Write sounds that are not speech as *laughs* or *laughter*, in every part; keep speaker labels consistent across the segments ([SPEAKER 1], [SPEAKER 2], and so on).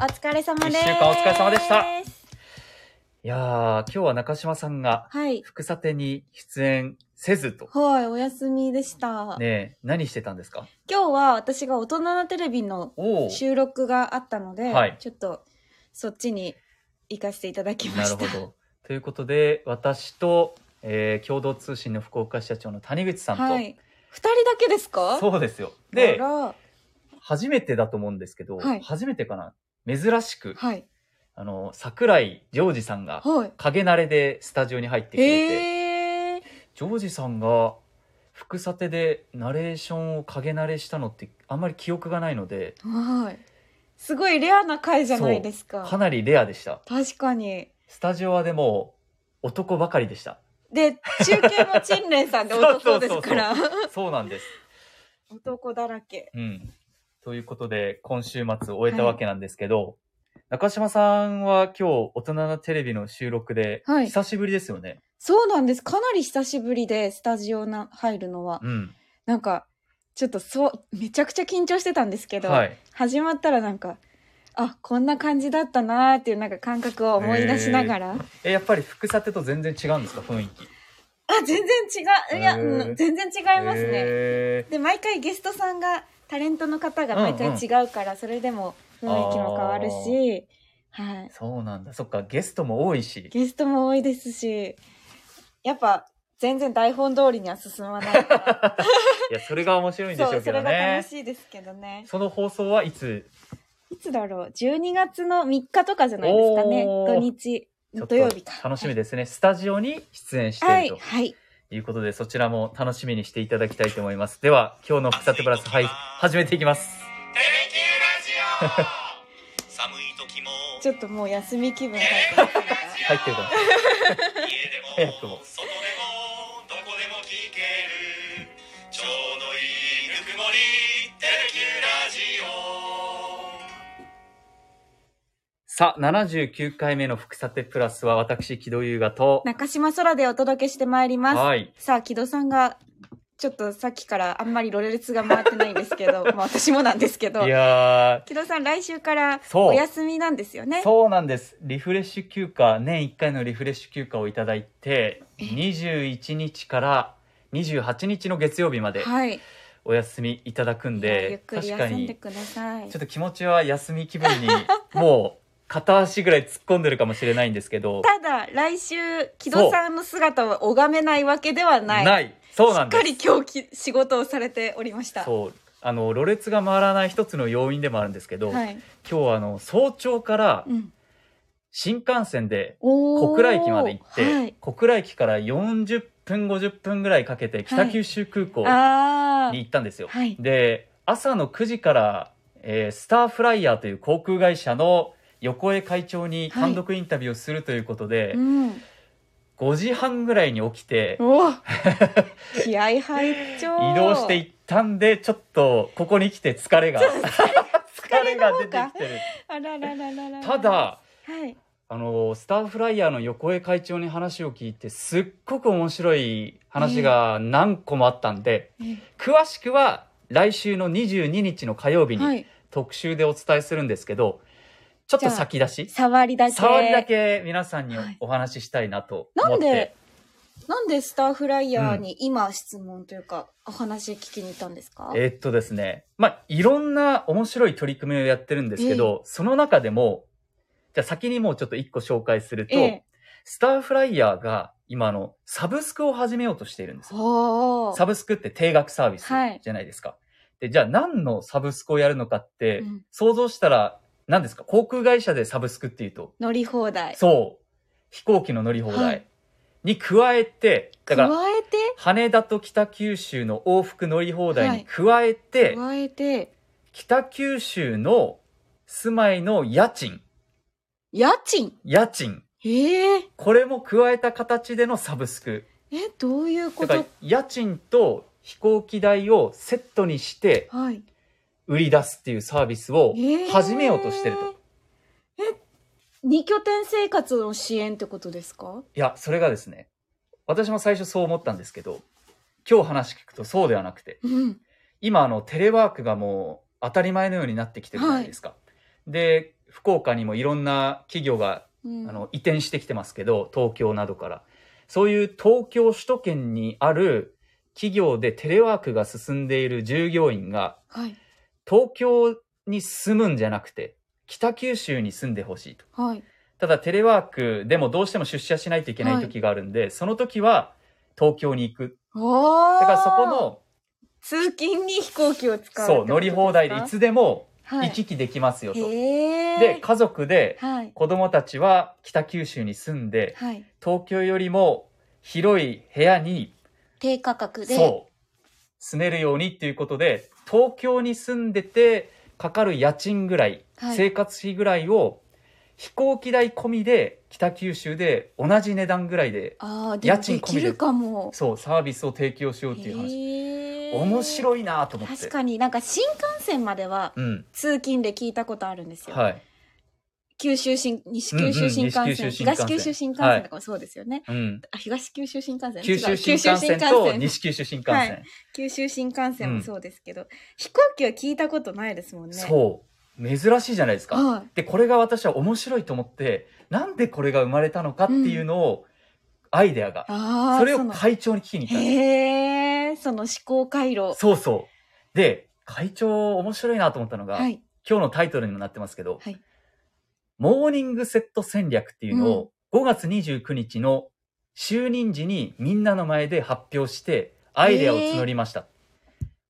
[SPEAKER 1] お疲れ様です。
[SPEAKER 2] 一週間お疲れ様でしたいやー、今日は中島さんが、
[SPEAKER 1] はい。
[SPEAKER 2] 福さてに出演せずと。
[SPEAKER 1] はい、お休みでした。
[SPEAKER 2] ねえ、何してたんですか
[SPEAKER 1] 今日は私が大人なテレビの
[SPEAKER 2] おお。
[SPEAKER 1] 収録があったので、
[SPEAKER 2] はい
[SPEAKER 1] ちょっとそっちに行かせていただきま
[SPEAKER 2] な
[SPEAKER 1] し
[SPEAKER 2] る
[SPEAKER 1] た。
[SPEAKER 2] ほど。ということで、私と、えー共同通信の福岡支社長の谷口さんと、
[SPEAKER 1] はい。二人だけですかう
[SPEAKER 2] そうですよ。で、
[SPEAKER 1] は
[SPEAKER 2] 初めてだと思うんですけど、
[SPEAKER 1] はい
[SPEAKER 2] 初めてかな珍しく、
[SPEAKER 1] い。
[SPEAKER 2] あの、桜井ジョージさんが、
[SPEAKER 1] はい。
[SPEAKER 2] 影慣れでスタジオに入ってくれて、
[SPEAKER 1] へえ。
[SPEAKER 2] ジョージさんが副査定でナレーションを影慣れしたのってあんまり記憶がないので
[SPEAKER 1] はい。すごいレアな回じゃないです
[SPEAKER 2] か
[SPEAKER 1] か。
[SPEAKER 2] なりレアでした
[SPEAKER 1] 確かに。
[SPEAKER 2] スタジオはでも男ばかりでした
[SPEAKER 1] で、中継も陳麗さんで男ですから。
[SPEAKER 2] そうなんです
[SPEAKER 1] *laughs* 男だらけ。
[SPEAKER 2] うんということで今週末終えたわけなんですけど、中島さんは今日大人なテレビの収録で
[SPEAKER 1] はい
[SPEAKER 2] 久しぶりですよね、
[SPEAKER 1] そうなんです。かなり久しぶりで、スタジオな入るのは。
[SPEAKER 2] うん
[SPEAKER 1] なんか、ちょっとそう、めちゃくちゃ緊張してたんですけど、
[SPEAKER 2] はい
[SPEAKER 1] 始まったらなんか、あ、こんな感じだったなーっていうなんか感覚を思い出しながら。
[SPEAKER 2] えやっぱり副査定と全然違うんですか雰囲気
[SPEAKER 1] あ、全然違う。い
[SPEAKER 2] へ
[SPEAKER 1] や、
[SPEAKER 2] ー
[SPEAKER 1] うん全然違いますね。
[SPEAKER 2] へ
[SPEAKER 1] で、毎回ゲストさんが、タレントの方が毎回違うから、それでも雰囲気も変わるし、はい
[SPEAKER 2] ー。そうなんだそっかゲストも多いし
[SPEAKER 1] ゲストも多いですし、やっぱ、全然台本通りには進まないから。
[SPEAKER 2] いや、それが面白いんでし
[SPEAKER 1] そ
[SPEAKER 2] ょ
[SPEAKER 1] う、
[SPEAKER 2] うけ
[SPEAKER 1] そ
[SPEAKER 2] ど
[SPEAKER 1] れが
[SPEAKER 2] ね
[SPEAKER 1] 楽。しいですけどね
[SPEAKER 2] そ。の放送はいつ
[SPEAKER 1] いつだろう ?12 月の3日とかじゃないですかね。
[SPEAKER 2] おー
[SPEAKER 1] 土日、
[SPEAKER 2] ちょっ
[SPEAKER 1] 土曜日か。
[SPEAKER 2] 楽しみですね。スタジオに出演して
[SPEAKER 1] はいい、
[SPEAKER 2] る
[SPEAKER 1] はい。
[SPEAKER 2] ということで、そちらも楽しみにしていただきたいと思います。では、今日のふさてプラス、はい、始めていきます。
[SPEAKER 3] テレキューラジオ寒い時も
[SPEAKER 1] ちょっともう休み気分入ってる
[SPEAKER 2] 入ってるかもしれない。
[SPEAKER 3] 家でも
[SPEAKER 2] 早くも
[SPEAKER 3] 外でもどこでも聞けるちょうどいいぬくもりテレキューラジオ
[SPEAKER 2] さあ、79回目のふさてプラスは、私、木戸優雅と、
[SPEAKER 1] 中島空でお届けしてまいります。
[SPEAKER 2] はい。
[SPEAKER 1] さあ、木戸さんが、ちょっとさっきからあんまりロレルツが回ってないんですけ
[SPEAKER 2] *laughs*
[SPEAKER 1] ど、まあ私もなんですけ
[SPEAKER 2] い
[SPEAKER 1] ど、
[SPEAKER 2] や
[SPEAKER 1] 木戸さん来週から
[SPEAKER 2] そう
[SPEAKER 1] お休みなんですよね
[SPEAKER 2] ー、。そうなんです。リフレッシュ休暇、年1回のリフレッシュ休暇をいただいて、21日から28日の月曜日まで、
[SPEAKER 1] はい。
[SPEAKER 2] お休みいただくんで
[SPEAKER 1] ゆっくり
[SPEAKER 2] 確か
[SPEAKER 1] 休ん
[SPEAKER 2] に
[SPEAKER 1] で
[SPEAKER 2] ち
[SPEAKER 1] ください。
[SPEAKER 2] ょっと気持ちは休み気分にもう片足ぐらい突っ込んでるかもしれないんです
[SPEAKER 1] *laughs*
[SPEAKER 2] けど
[SPEAKER 1] ただ、来週、木戸さんの姿を拝めないわけではない。
[SPEAKER 2] そうなんで
[SPEAKER 1] しっ
[SPEAKER 2] す
[SPEAKER 1] かり今日き仕事をされておりました。
[SPEAKER 2] そうあのろれつが回らない一つの要因でもあるんですけど、
[SPEAKER 1] はい。
[SPEAKER 2] 今日はあの早朝から
[SPEAKER 1] うん。
[SPEAKER 2] 新幹線で
[SPEAKER 1] 小
[SPEAKER 2] 小倉駅まで行って、
[SPEAKER 1] はい、
[SPEAKER 2] 小倉駅から40分50分ぐらいかけて北九州空港
[SPEAKER 1] あ
[SPEAKER 2] に
[SPEAKER 1] ー
[SPEAKER 2] 行ったんですよ、
[SPEAKER 1] はい
[SPEAKER 2] で朝の9時から、えースターフライヤーという航空会社の横江会長に単独インタビューをするということで、
[SPEAKER 1] うん。
[SPEAKER 2] 5時半ぐらいに起きて
[SPEAKER 1] お
[SPEAKER 2] *laughs*
[SPEAKER 1] お気合入っちょ
[SPEAKER 2] 移動してい
[SPEAKER 1] っ
[SPEAKER 2] ったんでちょっとここに来て疲れが *laughs* 疲れが出てきてる
[SPEAKER 1] あらららららら
[SPEAKER 2] ただ
[SPEAKER 1] はい。
[SPEAKER 2] あのスターフライヤーの横江会長に話を聞いてすっごく面白い話が何個もあったんで、
[SPEAKER 1] え
[SPEAKER 2] 詳しくは来週の22日の火曜日に
[SPEAKER 1] はい。
[SPEAKER 2] 特集でお伝えするんですけど、ちょっと先出し、
[SPEAKER 1] 触りだけ。
[SPEAKER 2] 触りだ。け皆さんに
[SPEAKER 1] はい
[SPEAKER 2] お話ししたいなと
[SPEAKER 1] な
[SPEAKER 2] 思っ
[SPEAKER 1] ん
[SPEAKER 2] て。
[SPEAKER 1] で、なんでスターフライヤーに今質問というか、お話聞きに行ったんですか
[SPEAKER 2] えーっとですね、まあ、いろんな面白い取り組みをやってるんですけど、その中でも、じゃあ先にもうちょっと一個紹介すると、
[SPEAKER 1] ええ。
[SPEAKER 2] スターフライヤーが今あのサブスクを始めようとしているんですよ。
[SPEAKER 1] ほー
[SPEAKER 2] サブスクって定額サービス
[SPEAKER 1] はい
[SPEAKER 2] じゃないですか。で、じゃあ何のサブスクをやるのかって、
[SPEAKER 1] うん
[SPEAKER 2] 想像したら何ですか航空会社でサブスクっていうと、
[SPEAKER 1] 乗り放題。
[SPEAKER 2] そう。飛行機の乗り放
[SPEAKER 1] はい
[SPEAKER 2] 題に加えて、だか
[SPEAKER 1] 加
[SPEAKER 2] ら、
[SPEAKER 1] えて
[SPEAKER 2] 羽田と北九州の往復乗り放題に加えて、
[SPEAKER 1] 加えて、
[SPEAKER 2] 北九州の住まいの家賃、
[SPEAKER 1] 家賃
[SPEAKER 2] 家賃、
[SPEAKER 1] ええ
[SPEAKER 2] これも加えた形でのサブスク。
[SPEAKER 1] え、どういうこ
[SPEAKER 2] だから
[SPEAKER 1] と、
[SPEAKER 2] 家賃と飛行機代をセットにして
[SPEAKER 1] はい。
[SPEAKER 2] 売り出すっていうサービスを
[SPEAKER 1] ええ
[SPEAKER 2] 始めようとしてると。
[SPEAKER 1] え二拠点生活の支援ってことですか
[SPEAKER 2] いや、それがですね、私も最初そう思ったんですけど、今日話聞くとそうではなくて、
[SPEAKER 1] うん
[SPEAKER 2] 今あのテレワークがもう当たり前のようになってきてるじゃないですか。で、福岡にもいろんな企業が
[SPEAKER 1] うん
[SPEAKER 2] あの移転してきてますけど東京などからそういう東京首都圏にある企業でテレワークが進んでいる従業員が
[SPEAKER 1] はい
[SPEAKER 2] 東京に住むんじゃなくて北九州に住んでほしいと
[SPEAKER 1] はい
[SPEAKER 2] ただテレワークでもどうしても出社しないといけない時があるんで、その時は東京に行く
[SPEAKER 1] おー
[SPEAKER 2] だからそこの
[SPEAKER 1] 通勤に飛行機を使う
[SPEAKER 2] そう乗り放題でいつでも
[SPEAKER 1] 行
[SPEAKER 2] 行き来できますよと、
[SPEAKER 1] へー
[SPEAKER 2] で家族で
[SPEAKER 1] はい
[SPEAKER 2] 子供たちは北九州に住んで
[SPEAKER 1] はい
[SPEAKER 2] 東京よりも広い部屋に
[SPEAKER 1] 低価格で
[SPEAKER 2] そう住めるようにっていうことで東京に住んでてかかる家賃ぐらい、
[SPEAKER 1] はい
[SPEAKER 2] 生活費ぐらいを飛行機代込みで北九州で同じ値段ぐらいで
[SPEAKER 1] ああでも
[SPEAKER 2] 家賃
[SPEAKER 1] で
[SPEAKER 2] 込み
[SPEAKER 1] き
[SPEAKER 2] で
[SPEAKER 1] るかも
[SPEAKER 2] そうサービスを提供しようっていう話、
[SPEAKER 1] へー
[SPEAKER 2] 面白いなと思って
[SPEAKER 1] 確かになんか新幹線までは
[SPEAKER 2] うん
[SPEAKER 1] 通勤で聞いたことあるんですよ、
[SPEAKER 2] はい、
[SPEAKER 1] 九州新西
[SPEAKER 2] うん
[SPEAKER 1] 九
[SPEAKER 2] うん
[SPEAKER 1] 州新幹線、
[SPEAKER 2] 西九州
[SPEAKER 1] 東九州
[SPEAKER 2] 新幹線
[SPEAKER 1] 新幹線とかもそうですよね、
[SPEAKER 2] うん、
[SPEAKER 1] あ東九州新幹線
[SPEAKER 2] 九
[SPEAKER 1] 違
[SPEAKER 2] 州
[SPEAKER 1] う
[SPEAKER 2] 新
[SPEAKER 1] 九
[SPEAKER 2] 幹線
[SPEAKER 1] 州新
[SPEAKER 2] と
[SPEAKER 1] 幹線
[SPEAKER 2] 西九州新幹線、
[SPEAKER 1] はい九州新幹線もそうですけど、飛行機は聞いたことないですもんね
[SPEAKER 2] そう珍しいじゃないですか、
[SPEAKER 1] はい
[SPEAKER 2] でこれが私は面白いと思ってなんでこれが生まれたのかっていうのを、アイデアが
[SPEAKER 1] ああ
[SPEAKER 2] それを
[SPEAKER 1] の
[SPEAKER 2] 会長に聞きに行ったんです
[SPEAKER 1] へえその思考回路
[SPEAKER 2] そうそうで会長面白いなと思ったのが、
[SPEAKER 1] はい
[SPEAKER 2] 今日のタイトルにもなってますけど、
[SPEAKER 1] はい
[SPEAKER 2] モーニングセット戦略っていうのを5月29日の就任時にみんなの前で発表してアイデアを募りました、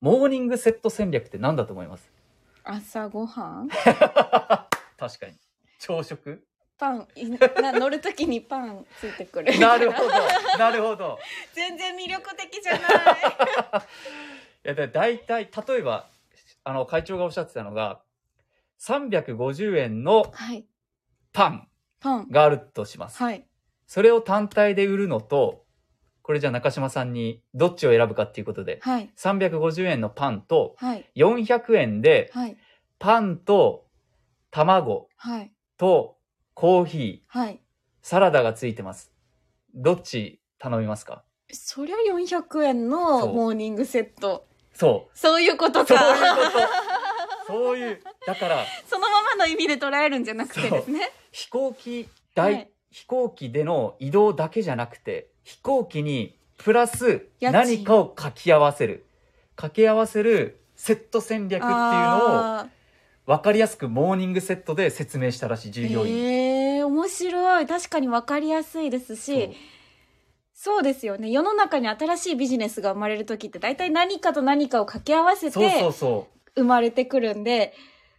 [SPEAKER 2] モーニングセット戦略って何だと思います
[SPEAKER 1] 朝ごはん
[SPEAKER 2] 確かに朝食
[SPEAKER 1] *laughs* パンいな乗るときにパンついてくる
[SPEAKER 2] なるほど、なるほど。
[SPEAKER 1] *laughs* 全然魅力的じ
[SPEAKER 2] *laughs*
[SPEAKER 1] ゃない
[SPEAKER 2] いや、だいたい例えば、あの、会長がおっしゃってたのが、350円の
[SPEAKER 1] はい
[SPEAKER 2] パン
[SPEAKER 1] パン
[SPEAKER 2] があるとします。
[SPEAKER 1] はい
[SPEAKER 2] それを単体で売るのと、これじゃあ中島さんにどっちを選ぶかっていうことで、
[SPEAKER 1] はい
[SPEAKER 2] 350円のパンと、
[SPEAKER 1] はい
[SPEAKER 2] 400円で、
[SPEAKER 1] はい
[SPEAKER 2] パンと、卵
[SPEAKER 1] はい
[SPEAKER 2] と、コーヒー、
[SPEAKER 1] はい
[SPEAKER 2] サラダがついてます。どっち頼みますか
[SPEAKER 1] そりゃ400円
[SPEAKER 2] そ
[SPEAKER 1] の
[SPEAKER 2] う
[SPEAKER 1] モーニングセット
[SPEAKER 2] そう。
[SPEAKER 1] そういうこと
[SPEAKER 2] そういう
[SPEAKER 1] か
[SPEAKER 2] こと。そういう、だから、
[SPEAKER 1] *laughs* そのままの意味で捉えるんじゃなくてですね
[SPEAKER 2] 飛行機代、
[SPEAKER 1] はい
[SPEAKER 2] 飛行機での移動だけじゃなくて飛行機にプラス
[SPEAKER 1] 家賃
[SPEAKER 2] 何かを掛け合わせる掛け合わせるセット戦略っていうのを
[SPEAKER 1] あー
[SPEAKER 2] 分かりやすくモーニングセットで説明したらしい従業員、
[SPEAKER 1] へえ面白い確かに分かりやすいですしそうですよね世の中に新しいビジネスが生まれる時って大体何かと何かを掛け合わせ
[SPEAKER 2] そうそうそ
[SPEAKER 1] て
[SPEAKER 2] うそ
[SPEAKER 1] 生まれてくるんで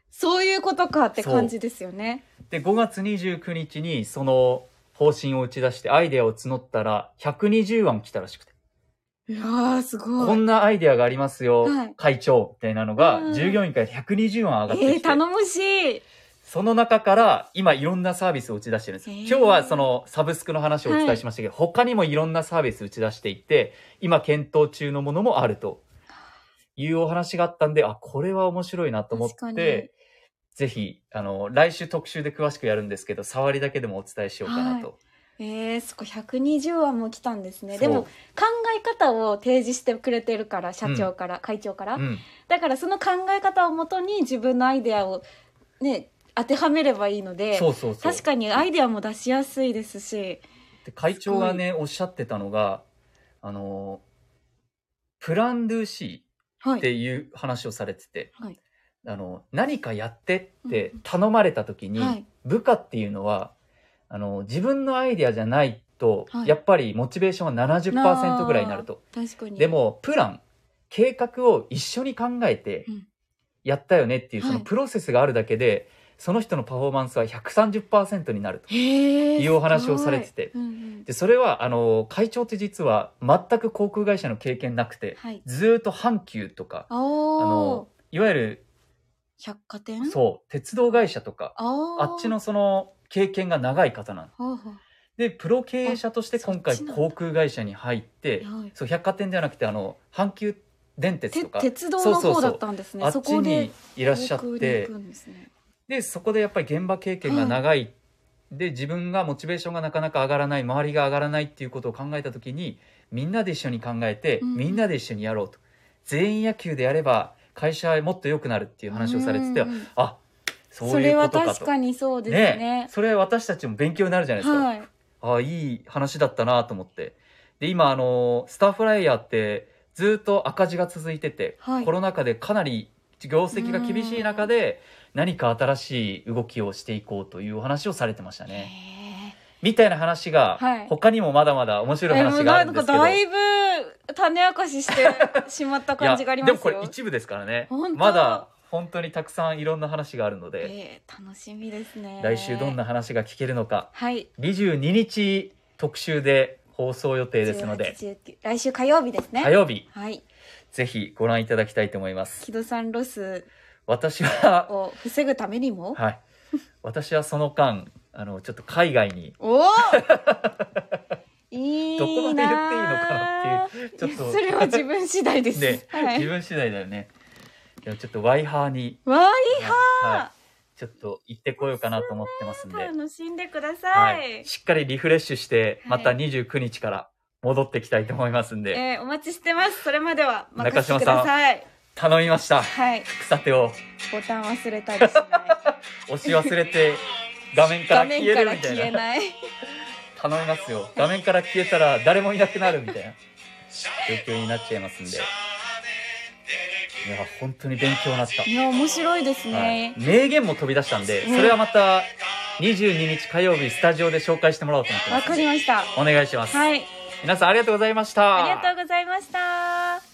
[SPEAKER 1] そういうことかって感じですよね。
[SPEAKER 2] うで5月29日にその方針を打ち出してアイデアを募ったら120案来たらしくて、
[SPEAKER 1] いやーすごい。
[SPEAKER 2] こんなアイデアがありますよ、
[SPEAKER 1] はい
[SPEAKER 2] 会長みたいなのが、
[SPEAKER 1] うん
[SPEAKER 2] 従業員から120案上がってきて、
[SPEAKER 1] えー、頼もしい。
[SPEAKER 2] その中から今いろんなサービスを打ち出してるんです。
[SPEAKER 1] へー
[SPEAKER 2] 今日はそのサブスクの話をお伝えしましたけど、他にもいろんなサービス打ち出していて、今検討中のものもあるというお話があったんで、あ、これは面白いなと思っ
[SPEAKER 1] 確かに
[SPEAKER 2] て、ぜひ、あの、来週特集で詳しくやるんですけど、触りだけでもお伝えしようかなと。
[SPEAKER 1] えー、そこ120話も来たんですね。
[SPEAKER 2] そう
[SPEAKER 1] でも考え方を提示してくれてるから社長から、会長から、
[SPEAKER 2] うん、
[SPEAKER 1] だからその考え方をもとに自分のアイデアをね当てはめればいいので
[SPEAKER 2] そうそうそう。
[SPEAKER 1] 確かにアイデアも出しやすいですし。
[SPEAKER 2] で会長がね、おっしゃってたのが、あの、プランドゥシー。
[SPEAKER 1] は
[SPEAKER 2] っ
[SPEAKER 1] い。
[SPEAKER 2] ていう話をされてて、
[SPEAKER 1] はい
[SPEAKER 2] あの何かやってって頼まれた時に、
[SPEAKER 1] うんはい
[SPEAKER 2] 部下っていうのはあの自分のアイデアじゃないと、
[SPEAKER 1] はい
[SPEAKER 2] やっぱりモチベーションは70%ぐらいになると。
[SPEAKER 1] 確かに。
[SPEAKER 2] でもプラン計画を一緒に考えて
[SPEAKER 1] うん
[SPEAKER 2] やったよねっていう、その
[SPEAKER 1] はい
[SPEAKER 2] プロセスがあるだけで、その人のパフォーマンスは130%になると。
[SPEAKER 1] へー
[SPEAKER 2] いうお話をされてて
[SPEAKER 1] すごいうんうん
[SPEAKER 2] でそれはあの会長って実は全く航空会社の経験なくて、
[SPEAKER 1] はい。
[SPEAKER 2] ずーっと阪急とか
[SPEAKER 1] あ
[SPEAKER 2] あ
[SPEAKER 1] の
[SPEAKER 2] のいわゆる
[SPEAKER 1] 百貨店
[SPEAKER 2] そう、鉄道会社とか、
[SPEAKER 1] あ
[SPEAKER 2] あっちのその経験が長い方なの。
[SPEAKER 1] ほうほう
[SPEAKER 2] で、プロ経営者として今
[SPEAKER 1] あ
[SPEAKER 2] 回
[SPEAKER 1] そっちなんだ
[SPEAKER 2] 航空会社に入って、
[SPEAKER 1] はい
[SPEAKER 2] そう、百貨店ではなくて、あの、阪急電鉄
[SPEAKER 1] て
[SPEAKER 2] とか、
[SPEAKER 1] 鉄道の
[SPEAKER 2] そうそ
[SPEAKER 1] 方
[SPEAKER 2] うそ
[SPEAKER 1] だ
[SPEAKER 2] う
[SPEAKER 1] ったんですね
[SPEAKER 2] あ
[SPEAKER 1] そ
[SPEAKER 2] っち
[SPEAKER 1] こで
[SPEAKER 2] にいらっしゃっ
[SPEAKER 1] 航空に
[SPEAKER 2] て
[SPEAKER 1] 行く、んですね
[SPEAKER 2] で、そこでやっぱり現場経験が長い、で、自分がモチベーションがなかなか上がらない、周りが上がらないっていうことを考えたときに、みんなで一緒に考えて、
[SPEAKER 1] うん
[SPEAKER 2] みんなで一緒にやろうと。全員野球でやれば、会社はもっと良くなるっていう話をされてて、
[SPEAKER 1] うんうんうん
[SPEAKER 2] あそう
[SPEAKER 1] そ
[SPEAKER 2] い
[SPEAKER 1] れ
[SPEAKER 2] うこ
[SPEAKER 1] は
[SPEAKER 2] とか
[SPEAKER 1] 確
[SPEAKER 2] と。
[SPEAKER 1] かにそうですね。
[SPEAKER 2] それ私たちも勉強になるじゃないですか。
[SPEAKER 1] はい。
[SPEAKER 2] ああ、いい話だったなと思って。で、今、あの、スターフライヤーってずっと赤字が続いてて、
[SPEAKER 1] はい
[SPEAKER 2] コロナ禍でかなり業績が厳しい中で、何か新しい動きをしていこうというお話をされてましたね。
[SPEAKER 1] へ
[SPEAKER 2] みたいな話が、
[SPEAKER 1] はい
[SPEAKER 2] 他にもまだまだ面
[SPEAKER 1] え
[SPEAKER 2] 白い
[SPEAKER 1] でも
[SPEAKER 2] 話が
[SPEAKER 1] な
[SPEAKER 2] あるん
[SPEAKER 1] ん
[SPEAKER 2] で
[SPEAKER 1] か
[SPEAKER 2] すけど。
[SPEAKER 1] だいぶ種明かししてしまった感じがあり
[SPEAKER 2] いや
[SPEAKER 1] ます
[SPEAKER 2] で
[SPEAKER 1] よ。
[SPEAKER 2] もこれ一部ですからね
[SPEAKER 1] 本当
[SPEAKER 2] まだ本当にたくさんいろんな話があるので、
[SPEAKER 1] ええ楽しみですね。
[SPEAKER 2] 来週どんな話が聞けるのか
[SPEAKER 1] はい。
[SPEAKER 2] 22日特集で放送予定ですので
[SPEAKER 1] 18 19来週火曜日ですね。
[SPEAKER 2] 火曜日
[SPEAKER 1] はい。
[SPEAKER 2] ぜひご覧いただきたいと思います
[SPEAKER 1] 木戸さんロス
[SPEAKER 2] 私は、
[SPEAKER 1] を防ぐためにも。
[SPEAKER 2] はい、私はその間あのちょっと海外に
[SPEAKER 1] おお。
[SPEAKER 2] *laughs*
[SPEAKER 1] いいなー。
[SPEAKER 2] どこまで言っていいのかなっていうちょっと
[SPEAKER 1] いやそれは自分次第です。
[SPEAKER 2] *laughs* ね、
[SPEAKER 1] はい。
[SPEAKER 2] 自分次第だよねでもちょっとワイハーに、
[SPEAKER 1] わ
[SPEAKER 2] はい
[SPEAKER 1] あ
[SPEAKER 2] はいちょっと行ってこようかなと思ってますんで
[SPEAKER 1] 楽しんでくだ
[SPEAKER 2] は
[SPEAKER 1] さい。
[SPEAKER 2] い、しっかりリフレッシュして、
[SPEAKER 1] はい
[SPEAKER 2] また29日から戻ってきたいと思いますんで、
[SPEAKER 1] えーお待ちしてます。それまでは任せてください。
[SPEAKER 2] 頼みました。
[SPEAKER 1] はい。
[SPEAKER 2] 草手を
[SPEAKER 1] ボタン忘れたりしない。
[SPEAKER 2] 押し忘れて、画面 *laughs* か
[SPEAKER 1] 画
[SPEAKER 2] ら消
[SPEAKER 1] 面
[SPEAKER 2] え
[SPEAKER 1] か
[SPEAKER 2] る
[SPEAKER 1] ら
[SPEAKER 2] みた
[SPEAKER 1] 消え
[SPEAKER 2] いな。
[SPEAKER 1] ない。
[SPEAKER 2] 頼みますよ。画面から消えたら誰もいなくなるみたいな状況になっちゃいますんで。いや、本当に勉強になった。
[SPEAKER 1] いや、面白いです
[SPEAKER 2] はい
[SPEAKER 1] ね。、
[SPEAKER 2] 名言も飛び出したんで、それはまた22日火曜日スタジオで紹介してもらおうと思って
[SPEAKER 1] わ、
[SPEAKER 2] ます
[SPEAKER 1] か。りました。
[SPEAKER 2] お願いします。
[SPEAKER 1] はい。
[SPEAKER 2] 皆さんありがとうございました。
[SPEAKER 1] ありがとうございました。